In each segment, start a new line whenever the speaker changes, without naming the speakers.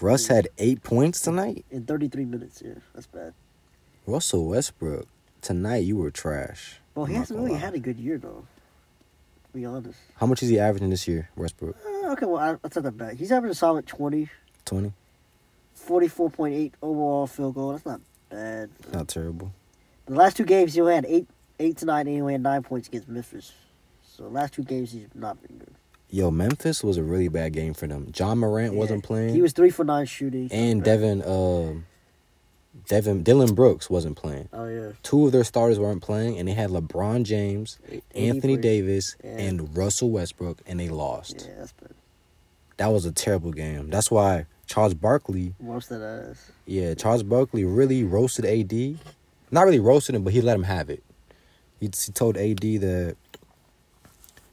Russ had eight points tonight.
in 33 minutes. Yeah, that's bad.
Russell Westbrook tonight, you were trash.
Well, he
I'm not
hasn't
gonna
really
lie.
had a good year though. To be honest.
How much is he averaging this year, Westbrook?
Uh, okay, well, I, I take that back. He's averaging a solid 20,
Twenty.
44.8 overall field goal. That's not bad.
Not terrible.
The last two games, he only had eight, eight to nine, and he only had nine points against Memphis. So the last two games, he's not been good.
Yo, Memphis was a really bad game for them. John Morant wasn't
Yeah.
playing,
He was three for nine shooting.
and Devin, um, Devin, Dylan Brooks wasn't playing.
Oh yeah.
Two of their starters weren't playing, and they had LeBron James,
Eighty
Anthony
three.
Davis,
Yeah.
and Russell Westbrook, and they lost.
Yeah, that's bad.
That was a terrible game. That's why Charles Barkley,
Worse than us.
yeah, Charles Barkley really roasted AD. Not really roasted him, but he let him have it. He, he told AD that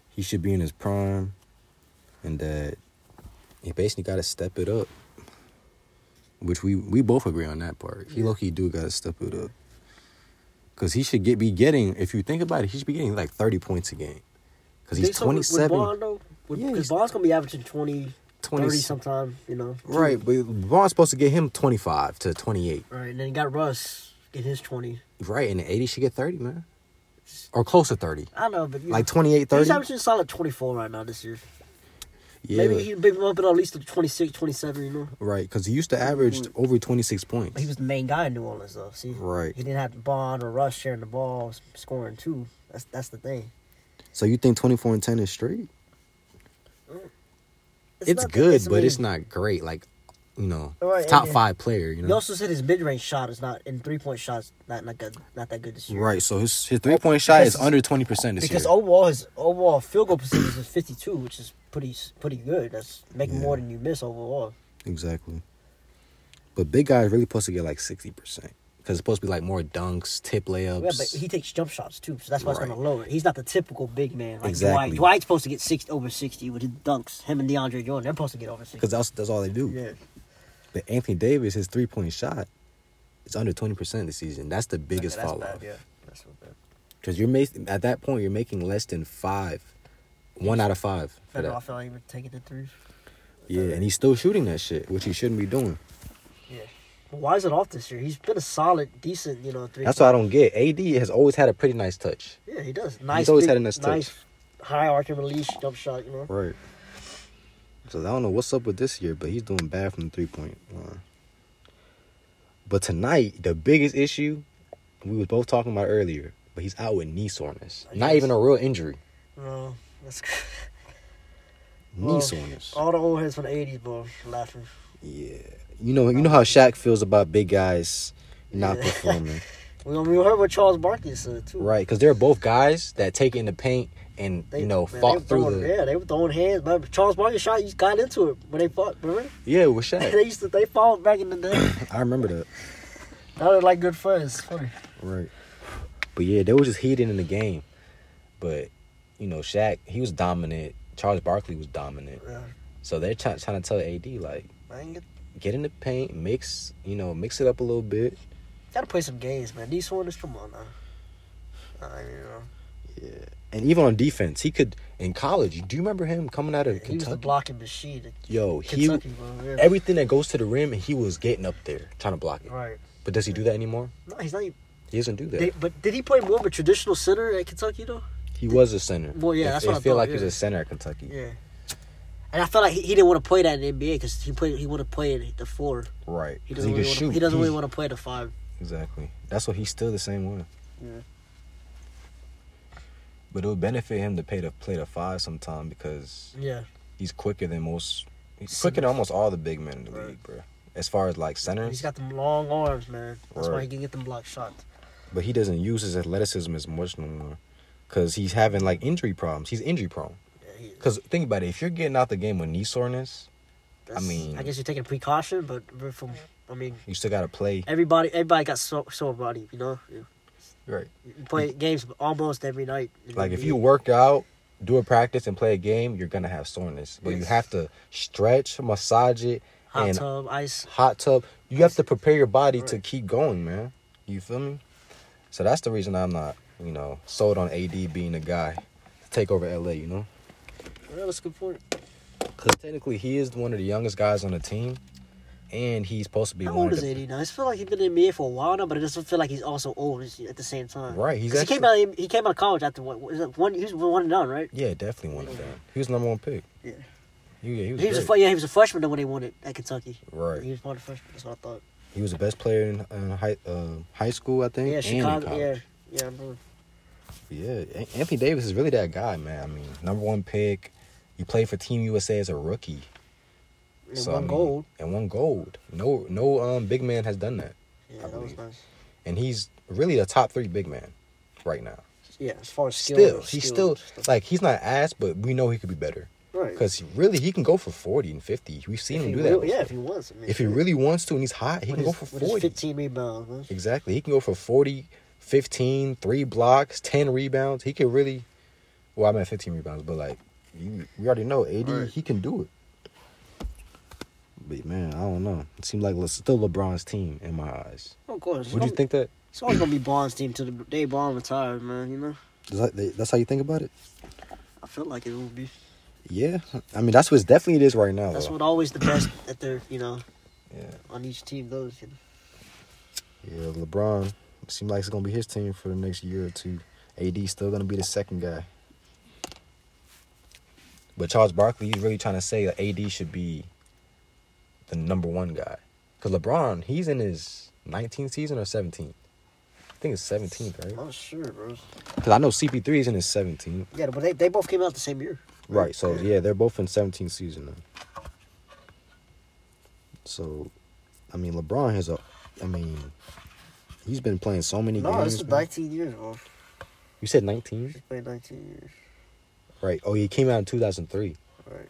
he should be in his prime and that he basically got to step it up. Which we, we both agree on that part. He low key do got to step it up. Because he should get be getting, if you think about it, he should be getting like 30 points a game. Because he's 27. Yeah,
Because
he's-
Bond's gonna be averaging 20,
20
30 sometime. You know.
Right, but LeBron's supposed to get him 25 to 28.
All right, and then you got Russ get his 20.
Right, and the 80 should get 30, man. Or close to 30.
I know, but you
Like 28, 30.
He's averaging a solid 24 right now this year.
Yeah,
Maybe he'd be bumping up at least to 26, 27, you know?
right, because he used to average over 26
But Mm. he
points.
was the main guy in New Orleans, though. See,
Right.
He didn't have to bond or rush sharing the ball, s- scoring too. That's that's the thing.
So you think 24 and 10 is straight? It's,
not that-
good,
I
but
mean,
it's not great. Like, you know,
Right,
top
and-
five player, you
You
know?
also said his mid range shot is not, and three point shots not not good, not that good this year.
Right, so his, his three point shot is
Because-
under 20% this
Because
year.
overall his overall field goal percentage is 52, which is pretty s- pretty good. That's making more than you miss overall.
Exactly. But big guys really supposed to get like 60%. Because it's supposed to be like more dunks, tip layups.
Yeah, but he takes jump shots too, so that's why it's
Right.
gonna lower. it. He's not the typical big man. Like
Exactly.
Dwight. Dwight's supposed to get six over 60 with his dunks. Him and DeAndre Jordan, they're supposed to get over 60.
Because that's, that's all they do.
Yeah.
But Anthony Davis, his three point shot, is under twenty percent this season. That's the biggest
that's
fall
bad,
off.
Yeah. That's so bad.
Because you're making at that point, you're making less than five, one out of five for
Better
that.
off not even taking the threes.
Yeah, and he's still shooting that shit, which he shouldn't be doing.
Yeah. But why is it off this year? He's been a solid, decent, you know, three.
That's what I don't get. AD has always had a pretty nice touch.
Yeah, he does. Nice.
always
big-
had a nice touch.
High arc and release jump shot, you know.
Right. So I don't know what's up with this year, but he's doing bad from the three point line. But tonight, the biggest issue we was both talking about earlier, but he's out with knee soreness. Not even a real injury.
No, that's
Knee
Well,
soreness.
all the old heads from the '80s, bro, laughing.
Yeah. You know, you know how Shaq feels about big guys not performing,
We we heard what Charles Barkley said too.
right? Because they're both guys that take in the paint and
They,
you know
man, they were
fought through
throwing,
the yeah,
Yeah, they were throwing hands. Man, Charles Barkley shot. He got into it when they fought. Remember?
with
they
Shaq.
used to they fought back in the day.
I remember that,
now they're like good friends. Funny.
right? But yeah, they were just heated in the game. But you know, Shaq he was dominant. Charles Barkley was dominant.
Yeah,
So they're try- trying to tell AD like
man, you
get in the paint, mix you know mix it up a little bit.
gotta play some games, man. These ones, come on now. I mean, you know,
Yeah. And even on defense, he could in college. Do you remember him coming out of
he was the
Kentucky?
blocking machine. at
Yo, he
Kentucky, bro. Yeah.
everything that goes to the rim, he was getting up there trying to block it.
right.
But does he do that anymore?
No, he's not. Even,
He doesn't do that.
they, but did he play more of a traditional center at Kentucky though?
he was a center.
Well, yeah,
It-
that's
it
what I
feel
thought,
like he
yeah.
was a center at Kentucky.
Yeah. And I felt like he, he didn't want to play that in the NBA because he played he want to play it at the four.
Right.
He
'Cause
doesn't
could
really want to,
shoot.
he doesn't really
He's-
want to play the five.
Exactly. That's why he's still the same one.
Yeah.
But it would benefit him to pay to play the five sometime because
Yeah.
he's quicker than most. He's quicker than almost all the big men in the
Right.
league, bro. As far as like
He's
centers,
got them long arms, man. That's why
Right.
he can get them block shots.
but he doesn't use his athleticism as much no more because he's having like injury problems. He's injury prone.
Yeah, he,
Because think about it, if you're getting out the game with knee soreness,
that's-
mean-
I guess you're taking precaution, but we're from I mean,
you still gotta play.
everybody everybody got so sore body, you know. You
Right.
you play games almost every night. in the
Mm. Like if
NBA.
you work out, do a practice, and play a game, you're gonna have soreness. But you
Yes.
have to stretch, massage it,
hot
and
tub, ice.
hot tub. You have to prepare your body to
Right.
keep going, man. You feel me? So that's the reason I'm not, you know, sold on AD being the guy to take over LA. You know,
Yeah, that's a good point.
because technically he is one of the youngest guys on the team, and he's supposed to be
How
one
old
of
is
the-
AD now? I feel like he's been in the NBA for a while now, but it doesn't feel like he's also old is- at the same time.
Right, he's
'Cause he came out. of- He came out of college after what? was it One. He was one and done, right?
Yeah, definitely one of them. He was number one pick.
Yeah.
He, yeah, he was,
He was a
great.
fr- yeah. He was a freshman when they won it at Kentucky.
Right.
He was one of the freshmen. That's what I thought.
He was the best player in, in high uh, high school, I think.
Yeah,
and in
Chicago.
college.
Yeah, yeah. I remember.
Yeah, An- Anthony Davis is really that guy, man. I mean, number one pick. He played for Team USA as a rookie.
And
So, I
one
mean,
gold.
And one gold. No, no um, big man has done that,
Yeah,
I
that was
believe.
nice.
and he's really a top three big man right now.
Yeah, as far as skill,
Still, he's
skill
still
and stuff.
like he's not ass, but we know he could be better.
right.
Because really, he can go for forty and fifty. We've seen
If
him
he
do that.
real-
before.
yeah, if he wants. I mean,
If he really wants to and he's hot, he
with
can go
his-
for
with his
40.
Fifteen rebounds. Man.
Exactly. He can go for 40, 15, 3 blocks, 10 rebounds. He can really Well, I meant 15 rebounds, but like you, we already know AD,
Right.
he can do it. But man, I don't know. It seemed like it's still LeBron's team in my eyes.
Of course.
Would you think that
It's always gonna be Bond's team till the day Bond retires, man. You know,
is that- that's how you think about it?
I feel like it will be.
Yeah. I mean, that's what it's definitely it is right now.
That's
though.
what always the best at their, you know,
yeah.
on each team goes. You know?
Yeah, LeBron it seemed like it's gonna be his team for the next year or two. AD still gonna be the second guy. But Charles Barkley, he's really trying to say that AD should be the number one guy. Cause LeBron, he's in his 19th season or 17th. I think it's 17th,
I'm
right?
not Oh, sure, bro.
Cause I know CP3 is in his 17th.
Yeah, but they, they both came out the same year.
Right. So yeah, they're both in 17th season now. So, I mean, LeBron has a, I mean, he's been playing so many
No,
games.
this is
man.
19 years, bro.
You said 19?
He's played 19 years.
Right. Oh, he came out in 2003.
Right.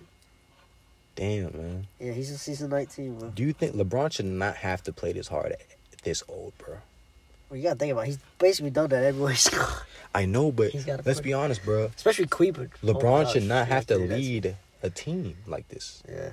Damn, man.
Yeah, he's in season 19, bro.
Do you think LeBron should not have to play this hard at this old, bro?
Well, you gotta think about it. He's basically done that everywhere he's gone.
I know, but
He's gotta
let's
play.
be honest, bro.
Especially Cleveland. Oh my
LeBron
gosh,
should not
yeah,
have to
dude, that's-
lead a team like this.
Yeah.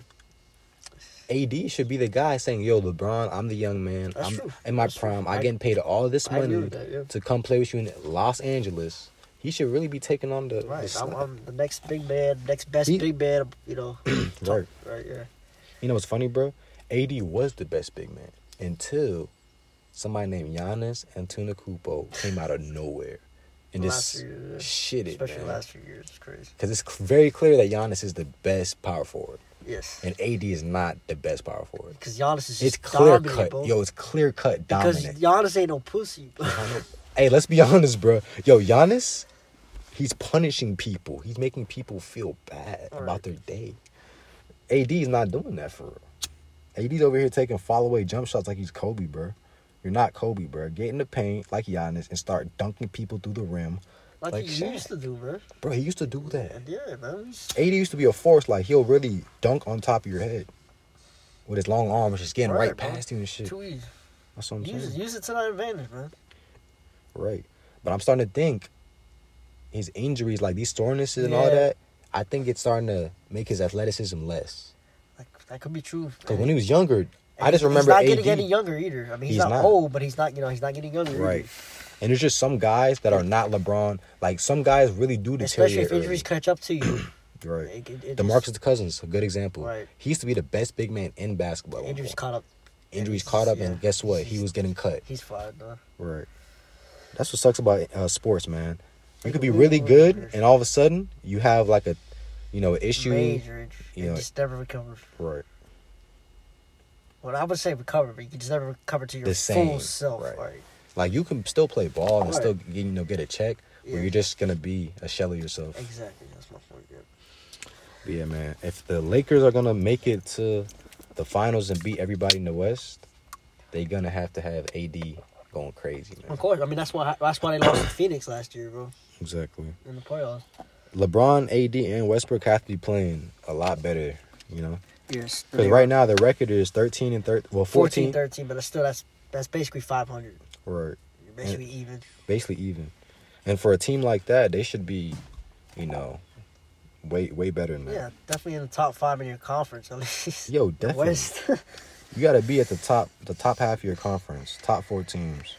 AD should be the guy saying, "Yo, LeBron, I'm the young man.
That's
I'm
true.
in my
That's true.
prime. I
I-
getting paid all this
I agree
money
with that, yeah.
to come play with you in Los Angeles." He should really be taking on the, the
Right.
slack.
I'm, I'm the next big man, next best
He-
big man, you know.
Right.
Right, yeah.
You know what's funny, bro? AD was the best big man until somebody named Giannis Antetokounmpo came out of nowhere and
Last
just
year, yeah.
shit it,
Especially
man.
last few years. It's crazy.
Because it's cl- very clear that Giannis is the best power forward,
Yes.
and AD is not the best power forward.
Because Giannis is just
It's clear
dominant,
cut,
bro.
yo. It's clear cut
Because
dominant.
Giannis ain't no pussy. bro.
hey, let's be honest, bro. Yo, Giannis, he's punishing people. He's making people feel bad
All
about
right.
their day. AD's not doing that for real. AD's over here taking fall away jump shots like he's Kobe, bro. You're not Kobe, bro. Get in the paint like Giannis and start dunking people through the rim.
Like,
Like
he
Shaq.
used to do, bro.
Bro, he used to do that.
And yeah, man. he's-
AD used to be a force. Like, he'll really dunk on top of your head with his long arms, just getting right,
Right, bro.
past you and shit.
Too easy.
That's what I'm saying.
Use, use it to that advantage, man.
Right. But I'm starting to think his injuries, like these sorenesses and all
Yeah.
that, I think it's starting to make his athleticism less.
Like that could be true.
Because
man.
when he was younger, I just
he's
remember
not
AD.
getting any younger either. I mean, he's,
He's
not,
not.
old, but he's not. You know, he's not getting younger.
Right.
Either.
And there's just some guys that are not LeBron. Like some guys really do
Especially
deteriorate.
if injuries catch up to you.
early.
it-
Right.
it- it
DeMarcus Cousins, a good example.
Right.
He used to be the best big man in basketball. at one
injuries
point.
caught up.
Injuries
he's-
caught up, and
yeah.
guess what? He
He's-
was getting cut.
He's fired. Nah.
Right. That's what sucks about uh, sports, man. You could be really
Really, really
good,
good.
and all of a sudden you have like a, you know, issue.
Major injury.
you
You
know-
just never recovers.
Right.
Well, I would say recover, but you can just never recover to your
The same,
full self.
right.
Right.
Like you can still play ball and
Right.
still you know get a check, but
Yeah.
you're just gonna be a shell of yourself.
Exactly. That's my point. Yeah.
But yeah, man. If the Lakers are gonna make it to the finals and beat everybody in the West, they're gonna have to have AD going crazy, man.
Of course. I mean, that's why. That's why they lost to Phoenix last year, bro,
Exactly.
in the playoffs.
LeBron, AD, and Westbrook have to be playing a lot better, you know.
Yes.
Because right now the record is 13 and 13, well 14,
14, 13, but it's still that's that's basically 500.
right,
You're basically even.
basically even. And for a team like that, they should be, you know, way way better than that.
Yeah, definitely in the top five in your conference at least.
Yo,
The
definitely.
West.
You got to be at the top, the top half of your conference, top four teams.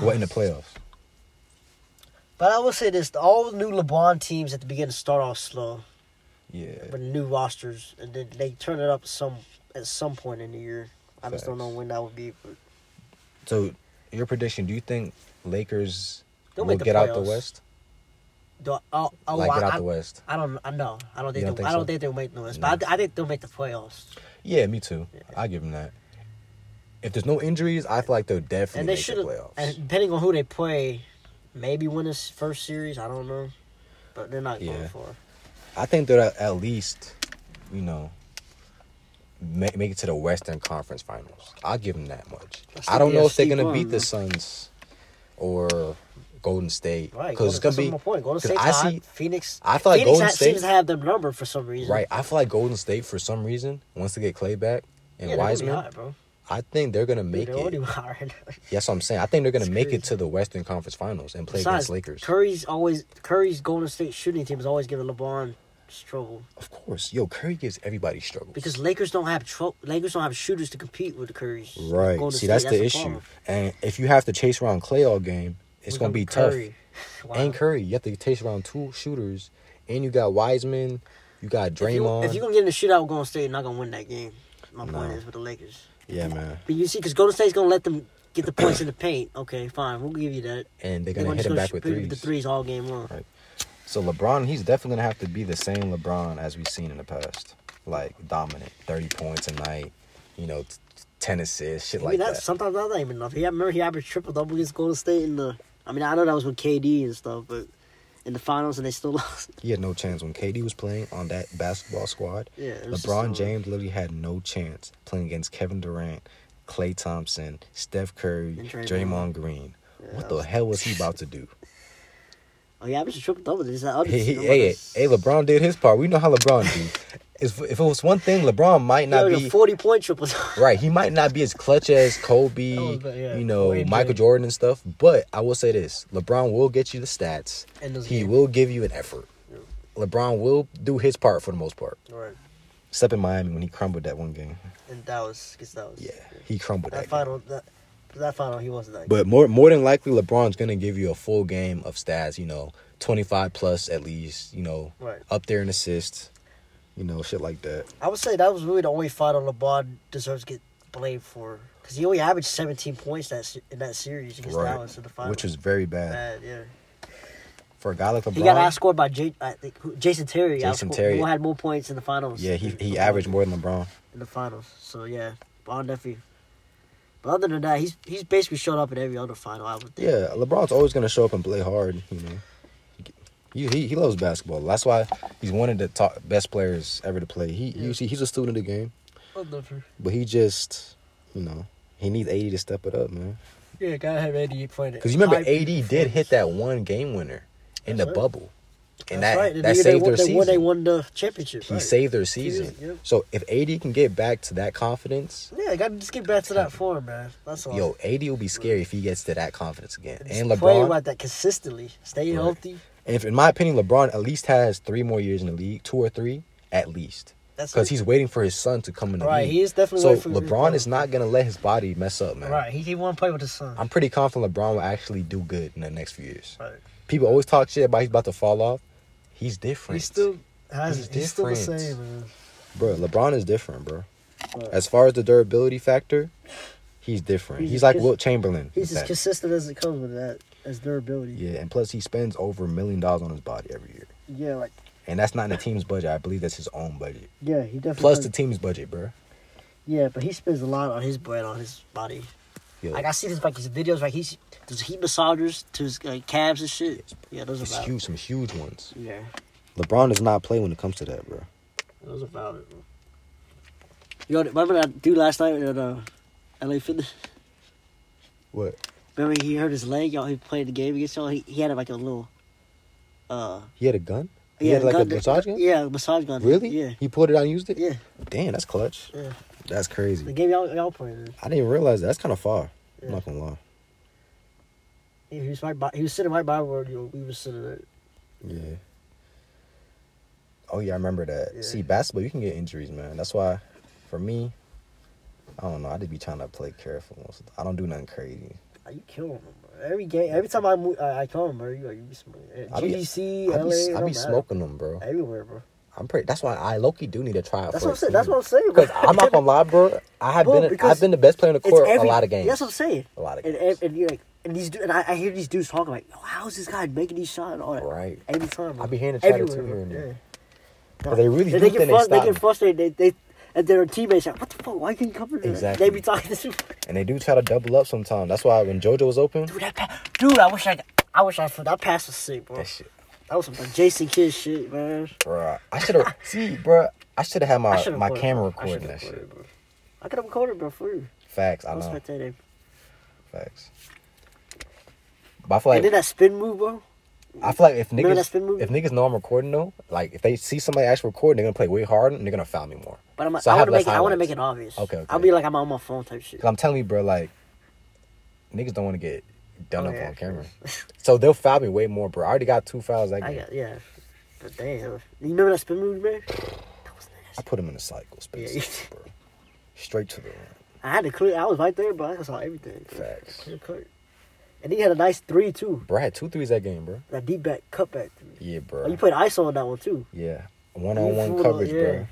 What in the playoffs?
but I will say this: all the new LeBron teams at the beginning start off slow
Yeah,
with new rosters, and then they turn it up some at some point in the year. I just don't know
Facts.
when that would be. But
So, your prediction? Do you think Lakers
They'll
will
make the
get out the
playoffs.
West?
do I, oh, oh,
like
I,
get out
I,
the West?
I don't. I know. I don't think.
You don't
they,
think
I don't
so?
think they'll make the West, but I, I think they'll make the playoffs.
Yeah, me too.
Yeah.
I give them that. If there's no injuries, I feel like they'll definitely
and they
make the
should have.
playoffs.
And depending on who they play, maybe win this first series. I don't know, but they're not
Yeah.
going for.
I think they'll at least, you know, make, make it to the Western Conference Finals. I'll give them that much.
That's
I don't
the
know if they're
AFC
gonna
run,
beat the
man.
Suns or Golden State because
Right,
it's gonna be.
my point. Golden
'cause
State's
I
hot.
see-
Phoenix.
I feel like
Phoenix
Golden
ha-
State-
seems to have them number for some reason.
Right, I feel like Golden State for some reason once they get Clay back and
Yeah, they're gonna be
Wiseman,
hot, bro.
I think they're gonna
Dude,
make
they're already
it.
hot right now.
That's what I'm saying. I think they're gonna
It's
make it
crazy.
to the Western Conference Finals and play
Besides,
against Lakers.
Curry's always Curry's Golden State shooting team is always giving LeBron trouble
Of course, yo, Curry gives everybody struggles.
because Lakers don't have tro- Lakers don't have shooters to compete with the Curry's. uh,
Right.
Golden
See,
State,
that's, the, issue.
problem.
And if you have to chase around Clay all game, it's
With
gonna
them
be
Curry.
tough.
Wow.
And Curry, you have to chase around two shooters, and you got Wiseman, you got
If you-
Draymond.
If you're gonna get in the shootout with Golden State, you're not gonna win that game. My point
No.
is with the Lakers.
yeah, man.
But you see, because Golden State's gonna let them get the points in the paint. Okay, fine, we'll give you that.
And they're gonna hit
just
him back with
shoot
threes.
The threes all game long.
Right. So LeBron, he's definitely gonna have to be the same LeBron as we've seen in the past, like dominant, thirty points a night, you know, t- ten assists, shit
I
like
mean, that's
that.
sometimes that's not even enough. He I remember he averaged triple double against Golden State in the. I mean, I know that was with KD and stuff, but in the finals and they still lost.
He had no chance when KD was playing on that basketball squad.
Yeah, it was just
LeBron
so-
James literally had no chance playing against Kevin Durant, Klay Thompson, Steph Curry,
And
Draymond,
Draymond.
Green. what
that
the
was-
hell was he about to do?
Oh, he averaged a triple double. There's that other
hey, hey,
team.
hey, hey, LeBron did his part. We know how LeBron do. if, if it was one thing, LeBron might
Yo,
not
the
be
40 point triple double.
right. He might not be as clutch as Kobe,
That was bad, yeah.
you know,
Or MJ.
Michael Jordan and stuff. But I will say this: LeBron will get you the stats.
And those
He
games.
will give you an effort.
Yeah.
LeBron will do his part for the most part.
Right.
Except in Miami when he crumbled that one game.
And Dallas, because that was.
Yeah, he crumbled that.
That
game.
final, that, that final, he wasn't that.
But more more than likely, LeBron's gonna give you a full game of stats. You know, twenty five plus at least. You know,
Right.
up there in assists. You know, shit like that.
I would say that was really the only final LeBron deserves to get blamed for. Because he only averaged 17 points that se- in that series against Dallas in the final.
Which was very bad.
bad, yeah.
for a guy like LeBron.
He got outscored by J- I think, who- Jason Terry.
Jason
outscored-
Terry.
Who had more points in the finals.
yeah, he
than
he
LeBron
averaged more than LeBron.
In the finals. So, yeah, Bond Duffy. But other than that, he's he's basically showed up in every other final, I would think.
Yeah, LeBron's always gonna show up and play hard. You know, he he, he loves basketball. That's why he's one of the top best players ever to play. He
Yeah.
you see, he's a student of the game,
Bond Duffy.
but he just you know he needs eighty to step it up, man.
Yeah, gotta have 88 points.
Because you remember, AD did hit that one game winner in the
That's right.
bubble, and that
That's right. And
that
they- they
saved
won-
their
they Won, they
season.
won the championship.
He
right.
saved their season.
Yep.
So if AD can get back to that confidence,
Yeah, I gotta just get back to that form, man. That's all.
yo, AD will be scary if he gets to that confidence again.
Oh. Just
And
play
LeBron,
like that consistently. Stay
Right.
healthy.
and if, in my opinion, LeBron at least has three more years in the league, two or three at least,
That's
because
it.
he's waiting for his son to come in the
Right,
league.
he is definitely
so
waiting for his
LeBron
son.
is not gonna let his body mess up, man.
Right, he, he want to play with his son.
I'm pretty confident LeBron will actually do good in the next few years.
right.
People always talk shit about he's about to fall off. He's different.
He's still has
He's
he's, he's still the
different.
same, man.
Bro, LeBron is different, bro.
Right.
As far as the durability factor, he's different. He's,
He's
like
just-
Wilt Chamberlain.
He's
with
as
that.
consistent as it comes with that as durability.
yeah, and plus he spends over a million dollars on his body every year,
Yeah, like
and that's not in the team's budget. I believe that's his own budget.
yeah, he definitely.
Plus the team's budget, bro.
yeah, but he spends a lot on his bread on his body.
Yo,
Like I see this like his videos, like he's does heat massagers to his like, calves and shit. Yeah, those are
it's
about.
huge, some huge ones.
Yeah,
LeBron does not play when it comes to that, bro.
those are about it. man. Yo, remember that dude last night at uh, LA Fitness?
What?
Remember he hurt his leg, y'all. He played the game against y'all. He, he had like a little, uh,
He had a gun. He
yeah,
had like
gun-
a massage gun.
Yeah, massage gun.
Really?
Yeah,
He pulled it out and used it.
yeah,
Damn, that's clutch.
yeah.
That's
The
crazy.
game y'all y'all playing.
I didn't realize that. that's kind of far. I'm
Yeah.
not gonna lie.
He he was right by. He was sitting right by where you we was sitting at.
Yeah. Oh yeah, I remember that.
Yeah.
See, basketball, you can get injuries, man. That's why, for me, I don't know. I just be trying to play careful. most of the- I don't do nothing crazy.
Are you killing him? Bro. Every game, every time I move, I, I come, bro. You like you be smoking.
I be-
GDC,
I
LA,
be,
it
I
don't
be
matter.
smoking them, bro.
everywhere, bro.
I'm pretty. That's why I Loki do need to try. it
That's
for a
what I'm saying. That's
season.
what I'm saying. bro.
Because I'm not gonna lie, bro. I have
Bro,
been. i
because
I've been the best player in the
It's
court
every-
a lot of games.
That's what I'm saying.
A lot of
And-
games.
And, and, you like, and these, du- and I, I hear these dudes talking like, oh, how's this guy making these shots and all that?
Right.
Every time.
I be hearing the chatter
Everywhere.
too here and
bro.
there.
Yeah.
'Cause they really
And
do
they
think
get
they
frus- they
stop
get
me.
frustrated. They they and their teammates like, what the fuck? Why couldn't you come in? there?"
Exactly.
They be talking this. Dude,
And they do try to double up sometimes. That's why when JoJo was open,
that pa- dude, I wish I, I wish I that pass was sick, bro.
that shit,
That was some like, Jason Kidd shit, man.
bro. I should have. see, bro. I should have had
I
my
should've
my
recorded,
camera
bro. I
recording
should've
that shit.
recorded, bro. I could have recorded, bro, for you.
Facts. I
I was
know.
spectating.
Facts. But I feel like
and then that spin move, bro.
I feel like if
Remember that spin
niggas
move?
if niggas know I'm recording though, like if they see somebody actually recording, they're gonna play way harder and they're gonna foul me more.
But I'm,
So I
I
have
want to
less
make it. I want to
highlights.
make it obvious.
Okay, okay.
I'll be like I'm on my phone type shit.
Cause I'm telling you, bro, like niggas don't want to get done
Oh,
up
yeah.
on camera, so they'll foul me way more, bro. I already got two fouls that
I
game.
got yeah. But damn, you remember that spin move, man? That was
I
nasty.
put him in a cycle space,
Yeah.
bro. Straight to the rim.
I had to clear. I was right there, bro. I saw everything. bro.
Facts.
Clear cut. And he had a nice three too.
Bro, I had two threes that game, bro.
That deep back cutback three.
Yeah,
Oh,
bro.
you played ISO on that one too.
yeah, one on
You
one
pulled up,
coverage,
yeah.
bro.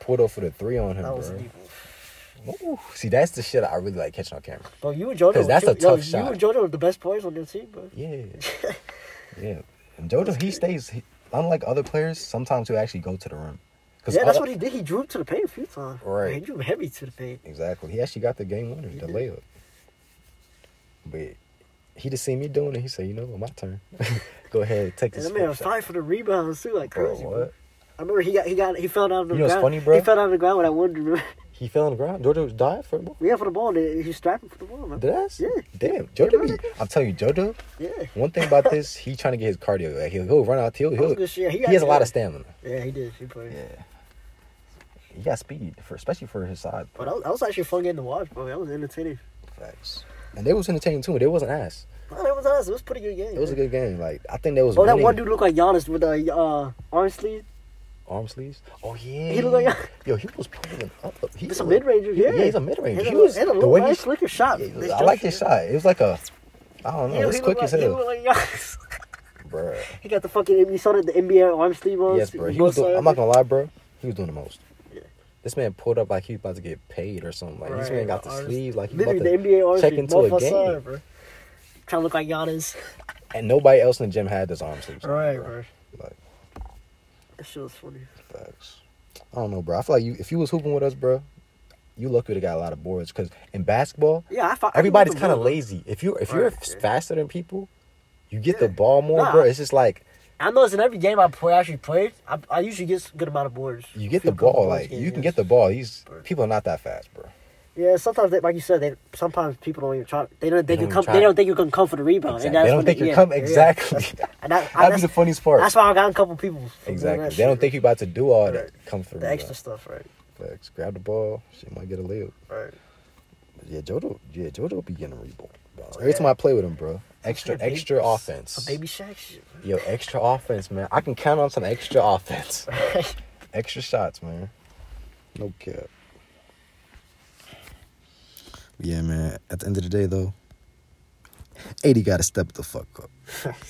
Pulled up for the three on him,
That was a deep
bro.
one.
Ooh, see, that's the shit I really like catching on camera.
Bro, you and JoJo.
'Cause that's
were
a
two- yo,
tough shot.
You and JoJo were the best players on their team, bro.
Yeah. yeah. And JoJo, he stays, he, unlike other players, sometimes he'll actually go to the rim. Cause
Yeah, that's
other-
what he did. He drew him to the paint a few times.
Right.
He drew heavy to the paint.
Exactly. He actually got the game winner, the layup. But he just seen me doing it. He said, you know what, my turn. go ahead, take
And
this
that man was
flip shot."
fighting for the rebounds too, like
Bro,
crazy, bro.
what?
I remember he got he got he fell down on the
You know what's
ground.
funny, bro?
He fell down on the ground when I wondered. Remember?
He fell on the ground. JoJo died for a ball.
We had for the ball. and He was strapping for the ball, man.
Did I?
Yeah.
Damn, JoJo. Be, I'm telling you, JoJo.
Yeah.
One thing about this, he trying to get his cardio. Like, he'll, he'll run out. He'll,
was
he'll,
gonna say, yeah, he
he,
got-
has a lot
yeah.
of stamina.
Yeah, he did. He played.
He got speed, for especially for his size.
But that was, that was actually a fun game to watch, bro. That was entertaining.
Facts. And they was entertaining too. They wasn't ass.
No, that was us. It was a pretty good game.
It was a
man.
good game. Like I think there was.
Bro, Oh, that
winning-
one dude looked like Giannis with the uh, arm sleeve.
arm sleeves. Oh yeah.
He looked like-
yo. He was pulling up. He
He's a
was-
mid ranger. Yeah.
he's a mid ranger.
And a
He
little-
was
and a
the
little
way
nice
he.
slicker shot.
Yeah, he was-
Nice
I like
jump
his shot. It was like a. I don't know.
Yeah,
it was
he
quick
looked
as
like- he
hell,
looked like Giannis.
bro.
He got the fucking you saw that the NBA arm sleeve on.
Yes, bro. He
both
was doing, I'm
sides.
not gonna lie, bro. He was doing the most.
Yeah.
This man pulled up like he was about to get paid or something. Like this
Right,
man got the
arms-
sleeves like he was
Literally,
about
the
to
NBA arm
check
sleeve,
into a
both
game.
side, bro. Trying to look like Giannis.
and nobody else in the gym had this arm sleeves. on,
Right,
bro.
bro.
Like
That shit was funny.
facts. I don't know, bro. I feel like you if you was hooping with us, bro, you lucky to got a lot of boards because in basketball,
Yeah, I thought
everybody's kind of lazy. If you if you're
Right, yeah.
faster than people, you get the
Yeah.
ball more,
Nah.
bro. It's just like
I noticed in every game I play, actually played, I, I usually get a good amount of boards.
you get
Few
the
couple
ball,
boards
like
game,
you can
yeah.
get the ball. These
Right.
people are not that fast, bro.
Yeah, sometimes, they, like you said, they sometimes people don't even try. They don't. They,
They
can
don't
come.
try.
They don't think you can come for the rebound.
Exactly.
And that's
They don't
when
think you're
yeah,
coming
yeah.
exactly.
And that,
That'd be
that's-
the funniest part.
That's why I got a couple people. from doing
Exactly.
that
They don't
shit,
think you're about to do all
Right.
that. Come through.
the extra
bro.
stuff, right?
Facts. Grab the ball. She might get a layup.
Right.
But yeah, Jojo. Yeah, Jojo be getting a rebound. bro.
Oh,
Every
yeah.
time I play with him, bro. Extra,
Some baby-
extra offense.
Some baby Shaq shit. bro.
Yo, extra offense, man. I can count on some extra offense. extra shots, man. No cap. Yeah, man. At the end of the day, though, 80 got to step the fuck up.